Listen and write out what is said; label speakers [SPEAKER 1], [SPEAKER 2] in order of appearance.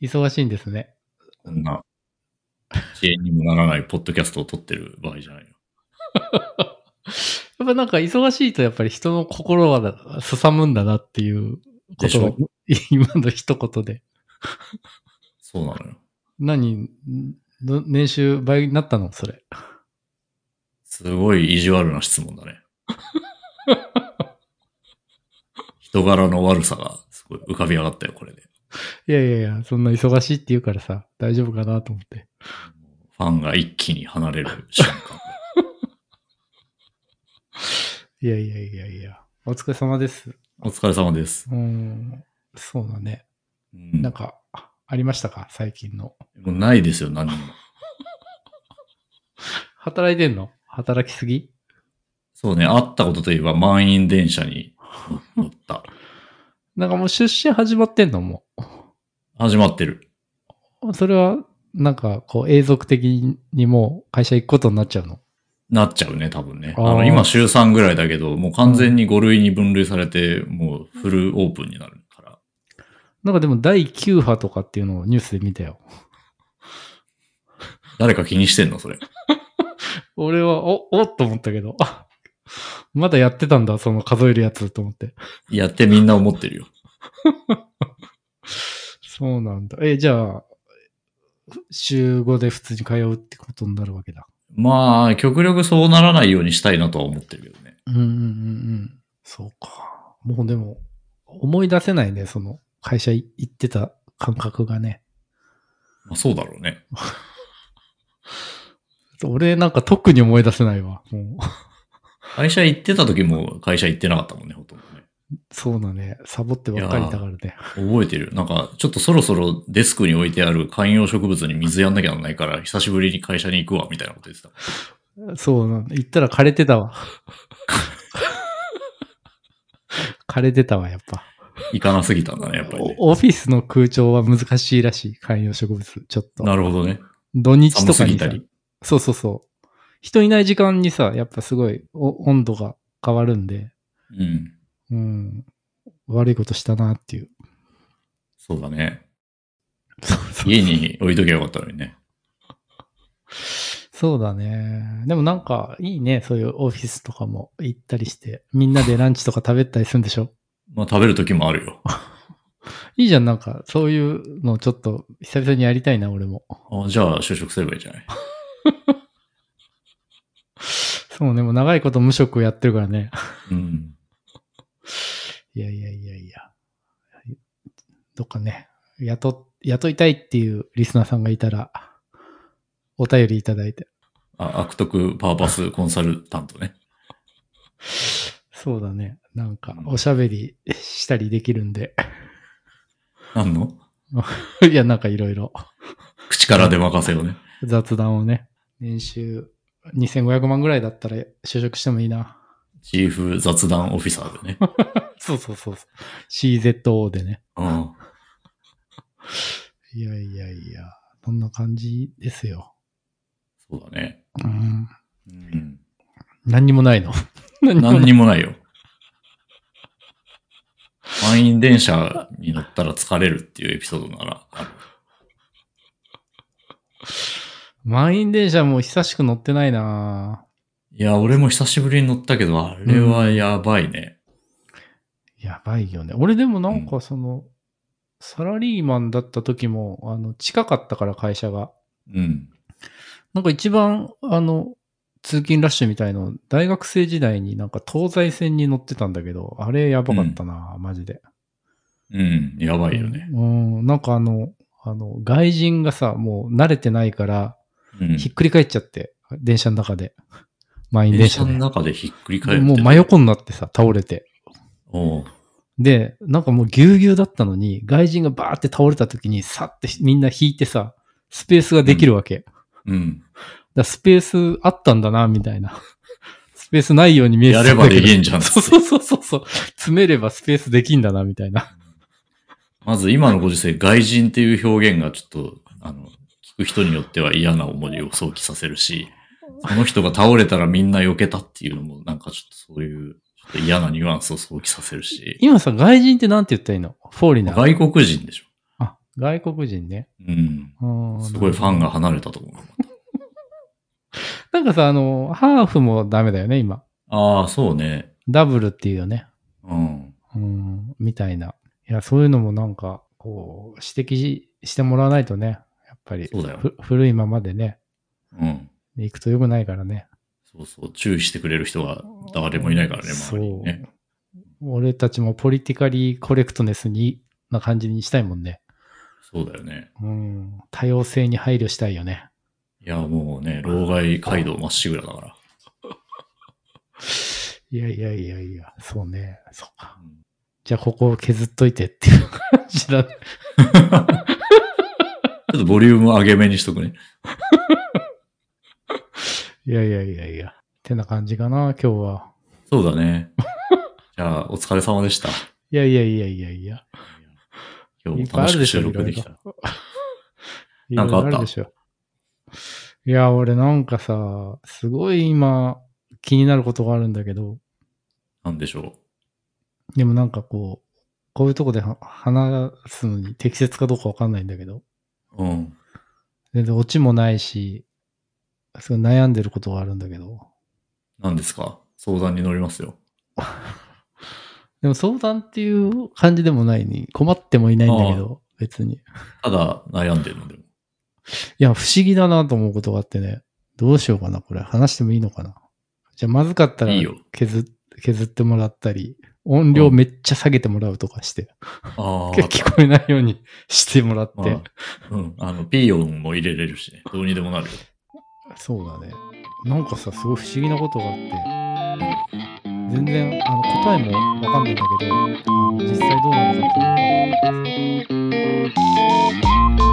[SPEAKER 1] 忙しいんですね。
[SPEAKER 2] こんな、支援にもならないポッドキャストを撮ってる場合じゃないよ。
[SPEAKER 1] やっぱなんか忙しいとやっぱり人の心はすさむんだなっていうこ
[SPEAKER 2] でし
[SPEAKER 1] とを
[SPEAKER 2] ょ
[SPEAKER 1] 今の一言で。
[SPEAKER 2] そうなのよ。
[SPEAKER 1] 何ど年収倍になったのそれ。
[SPEAKER 2] すごい意地悪な質問 だね。人柄の悪さがすごい浮かび上がったよ、これで。
[SPEAKER 1] いやいやいや、そんな忙しいって言うからさ、大丈夫かなと思って。
[SPEAKER 2] ファンが一気に離れる 瞬間。
[SPEAKER 1] いやいやいやいや、お疲れ様です。
[SPEAKER 2] お疲れ様です。
[SPEAKER 1] うん、そうだね。
[SPEAKER 2] うん、
[SPEAKER 1] なんか、あありましたか最近の。
[SPEAKER 2] もうないですよ、何にも。
[SPEAKER 1] 働いてんの働きすぎ
[SPEAKER 2] そうね、あったことといえば満員電車に乗った。
[SPEAKER 1] なんかもう出社始まってんのも
[SPEAKER 2] 始まってる。
[SPEAKER 1] う。それは、なんか、こう、永続的にもう会社行くことになっちゃうの。
[SPEAKER 2] なっちゃうね、多分ね。
[SPEAKER 1] あ
[SPEAKER 2] あ
[SPEAKER 1] ー
[SPEAKER 2] の、今週3ぐらいだけど、もう完全に5類に分類されて、もうフルオープンになるから。
[SPEAKER 1] なんかでも第9波とかっていうのをニュースで見たよ。
[SPEAKER 2] 誰か気にしてんの、それ。
[SPEAKER 1] 俺は、お、 おっと思ったけど、あまだやってたんだ、その数えるやつと思って。
[SPEAKER 2] やってみんな思ってるよ。
[SPEAKER 1] そうなんだ。え、じゃあ、週5で普通に通うってことになるわけだ。
[SPEAKER 2] まあ、極力そうならないようにしたいなとは思ってるけどね。
[SPEAKER 1] うんうんうんうん。そうか。もうでも、思い出せないね、その、会社い行ってた感覚がね。
[SPEAKER 2] まあ、そうだろうね。
[SPEAKER 1] 俺なんか特に思い出せないわ。もう、
[SPEAKER 2] 会社行ってた時も会社行ってなかったもんね、ほとんどね。
[SPEAKER 1] そうだね。サボってばっかりだからね。
[SPEAKER 2] 覚えてる。なんか、ちょっとそろそろデスクに置いてある観葉植物に水やんなきゃならないから、久しぶりに会社に行くわ、みたいなこと言ってた。
[SPEAKER 1] そうなんだ。行ったら枯れてたわ。枯れてたわ、やっぱ。
[SPEAKER 2] 行かなすぎたんだね、やっぱ りね。
[SPEAKER 1] おオフィスの空調は難しいらしい。観葉植物。ちょっと。
[SPEAKER 2] なるほどね。
[SPEAKER 1] 土日と
[SPEAKER 2] 寒
[SPEAKER 1] か
[SPEAKER 2] す
[SPEAKER 1] に
[SPEAKER 2] ぎた
[SPEAKER 1] さ
[SPEAKER 2] り。
[SPEAKER 1] そうそうそう。人いない時間にさ、やっぱすごいお温度が変わるんで、
[SPEAKER 2] うん。
[SPEAKER 1] うん。悪いことしたなっていう。
[SPEAKER 2] そうだね。
[SPEAKER 1] そうそう
[SPEAKER 2] 家に置いときゃよかったのにね。
[SPEAKER 1] そうだね。でもなんかいいね。そういうオフィスとかも行ったりして、みんなでランチとか食べたりするんでしょ
[SPEAKER 2] まあ、食べる時もあるよ。
[SPEAKER 1] いいじゃん、なんか、そういうのちょっと久々にやりたいな、俺も。
[SPEAKER 2] あじゃあ、就職すればいいじゃない。
[SPEAKER 1] そうね、もう長いこと無職やってるからね。
[SPEAKER 2] うん。
[SPEAKER 1] いやいやいやいや。どっかね、雇、雇いたいっていうリスナーさんがいたら、お便りいただいて。
[SPEAKER 2] あ悪徳パーパスコンサルタントね。
[SPEAKER 1] そうだね、なんか、おしゃべりしたりできるんで。
[SPEAKER 2] 何の
[SPEAKER 1] いや、なんかいろいろ
[SPEAKER 2] 口から出任せをね。
[SPEAKER 1] 雑談をね、年収2500万ぐらいだったら就職してもいいな。
[SPEAKER 2] チーフ雑談オフィサーでね。
[SPEAKER 1] そうそうそうそう。CZO でね。
[SPEAKER 2] うん。
[SPEAKER 1] いやいやいや、そんな感じですよ。
[SPEAKER 2] そうだね。
[SPEAKER 1] うん。
[SPEAKER 2] うん。
[SPEAKER 1] 何にもないの。 何にも
[SPEAKER 2] 何にもないよ。満員電車に乗ったら疲れるっていうエピソードならある。
[SPEAKER 1] 満員電車もう久しく乗ってないない
[SPEAKER 2] や、俺も久しぶりに乗ったけど、あれはやばいね。
[SPEAKER 1] やばいよね。俺でもなんかその、サラリーマンだった時も、あの、近かったから会社が。
[SPEAKER 2] うん。
[SPEAKER 1] なんか一番、あの、通勤ラッシュみたいの、大学生時代になんか東西線に乗ってたんだけど、あれやばかったな、マジで。
[SPEAKER 2] うん、やばいよね。
[SPEAKER 1] うん、なんかあの、あの、外人がさ、もう慣れてないから、
[SPEAKER 2] うん。
[SPEAKER 1] ひっくり返っちゃって、電車の中 で。満員電
[SPEAKER 2] 電
[SPEAKER 1] 車
[SPEAKER 2] 車
[SPEAKER 1] で。
[SPEAKER 2] の中でひっくり返る。
[SPEAKER 1] もう真。横になってさ、倒れて。
[SPEAKER 2] おう
[SPEAKER 1] で、なんかもうぎゅうぎゅうだったのに、外人がバーって倒れた時に、さってみんな引いてさ、スペースができるわけ。だか
[SPEAKER 2] うん。
[SPEAKER 1] らスペースあったんだな、みたいな。 スペースないように見えて
[SPEAKER 2] や
[SPEAKER 1] た
[SPEAKER 2] ればでき
[SPEAKER 1] ん
[SPEAKER 2] んじゃん。
[SPEAKER 1] そうそうそうそうそう。詰めればスペースできんだな、みたいな。
[SPEAKER 2] まず今のご時世、外人っていう表現がちょっと、あの、聞く人によっては嫌な思いを想起させるし、その人が倒れたらみんな避けたっていうのも、なんかちょっとそういう、ちょっと嫌なニュアンスを想起させるし、
[SPEAKER 1] 今さ、外人ってなんて言ったらいいのフォーリナー。
[SPEAKER 2] 外国人でしょ。
[SPEAKER 1] あ、外国人ね。
[SPEAKER 2] うん。
[SPEAKER 1] うん
[SPEAKER 2] すごいファンが離れたと思う。
[SPEAKER 1] なんかさ、あの、ハーフもダメだよね、今。
[SPEAKER 2] ああ、そうね。
[SPEAKER 1] ダブルっていうよね。
[SPEAKER 2] うん。
[SPEAKER 1] うん、みたいな。いや、そういうのもなんか、こう、指摘ししてもらわないとね、やっぱり、
[SPEAKER 2] そうだよ
[SPEAKER 1] ふ古いままでね、
[SPEAKER 2] うん。
[SPEAKER 1] 行くと良くないからね。
[SPEAKER 2] そうそう。注意してくれる人は誰もいないからね、周りにね。
[SPEAKER 1] そう。俺たちもポリティカリーコレクトネスに、な感じにしたいもんね。
[SPEAKER 2] そうだよね。
[SPEAKER 1] うん。多様性に配慮したいよね。
[SPEAKER 2] いや、もうね、老害街道まっしぐらだから。
[SPEAKER 1] いやいやいやいや、そうね。そうか。
[SPEAKER 2] うん
[SPEAKER 1] じゃあ、ここを削っといてっていう感じだね。
[SPEAKER 2] ちょっとボリューム上げ目にしとくね。
[SPEAKER 1] いやいやいやいや。ってな感じかな、今日は。
[SPEAKER 2] そうだね。じゃあ、お疲れ様でした。
[SPEAKER 1] いやいやいやいやいや。
[SPEAKER 2] 今
[SPEAKER 1] いっ
[SPEAKER 2] 日も
[SPEAKER 1] ぱいあ
[SPEAKER 2] 楽
[SPEAKER 1] る
[SPEAKER 2] し
[SPEAKER 1] で
[SPEAKER 2] く
[SPEAKER 1] しょ
[SPEAKER 2] 収録できた。
[SPEAKER 1] いろいろ
[SPEAKER 2] なんかあっ
[SPEAKER 1] る
[SPEAKER 2] た
[SPEAKER 1] でしょいや、俺なんかさ、すごい今気になることがあるんだけど、
[SPEAKER 2] なんでしょ
[SPEAKER 1] でもなんかこう、こういうとこでは話すのに適切かどうかわかんないんだけど、
[SPEAKER 2] う。うん。
[SPEAKER 1] 全然オチもないし、すごい悩んでることがあるんだけど、
[SPEAKER 2] 何ですか相談に乗りますよ。
[SPEAKER 1] でも相談っていう感じでもないに、困ってもいないんだけど、別に。い
[SPEAKER 2] ただ、悩んでるのでも。
[SPEAKER 1] や、不思議だなと思うことがあってね、どうしようかな、これ。話してもいいのかな。じゃあ、まずかったら
[SPEAKER 2] いいよ
[SPEAKER 1] 削っ削ってもらったり、音量めっちゃ下げてもらうとかして、
[SPEAKER 2] あ あ。
[SPEAKER 1] 聞こえないように してもらって、
[SPEAKER 2] まあうん。あの、ピー音も入れれるしね。どうにでもなるよ。
[SPEAKER 1] そうだね。なんかさ、すごい不思議なことがあって、全然あの答えもわかんないんだけど、あの実際どうなのかっていうのが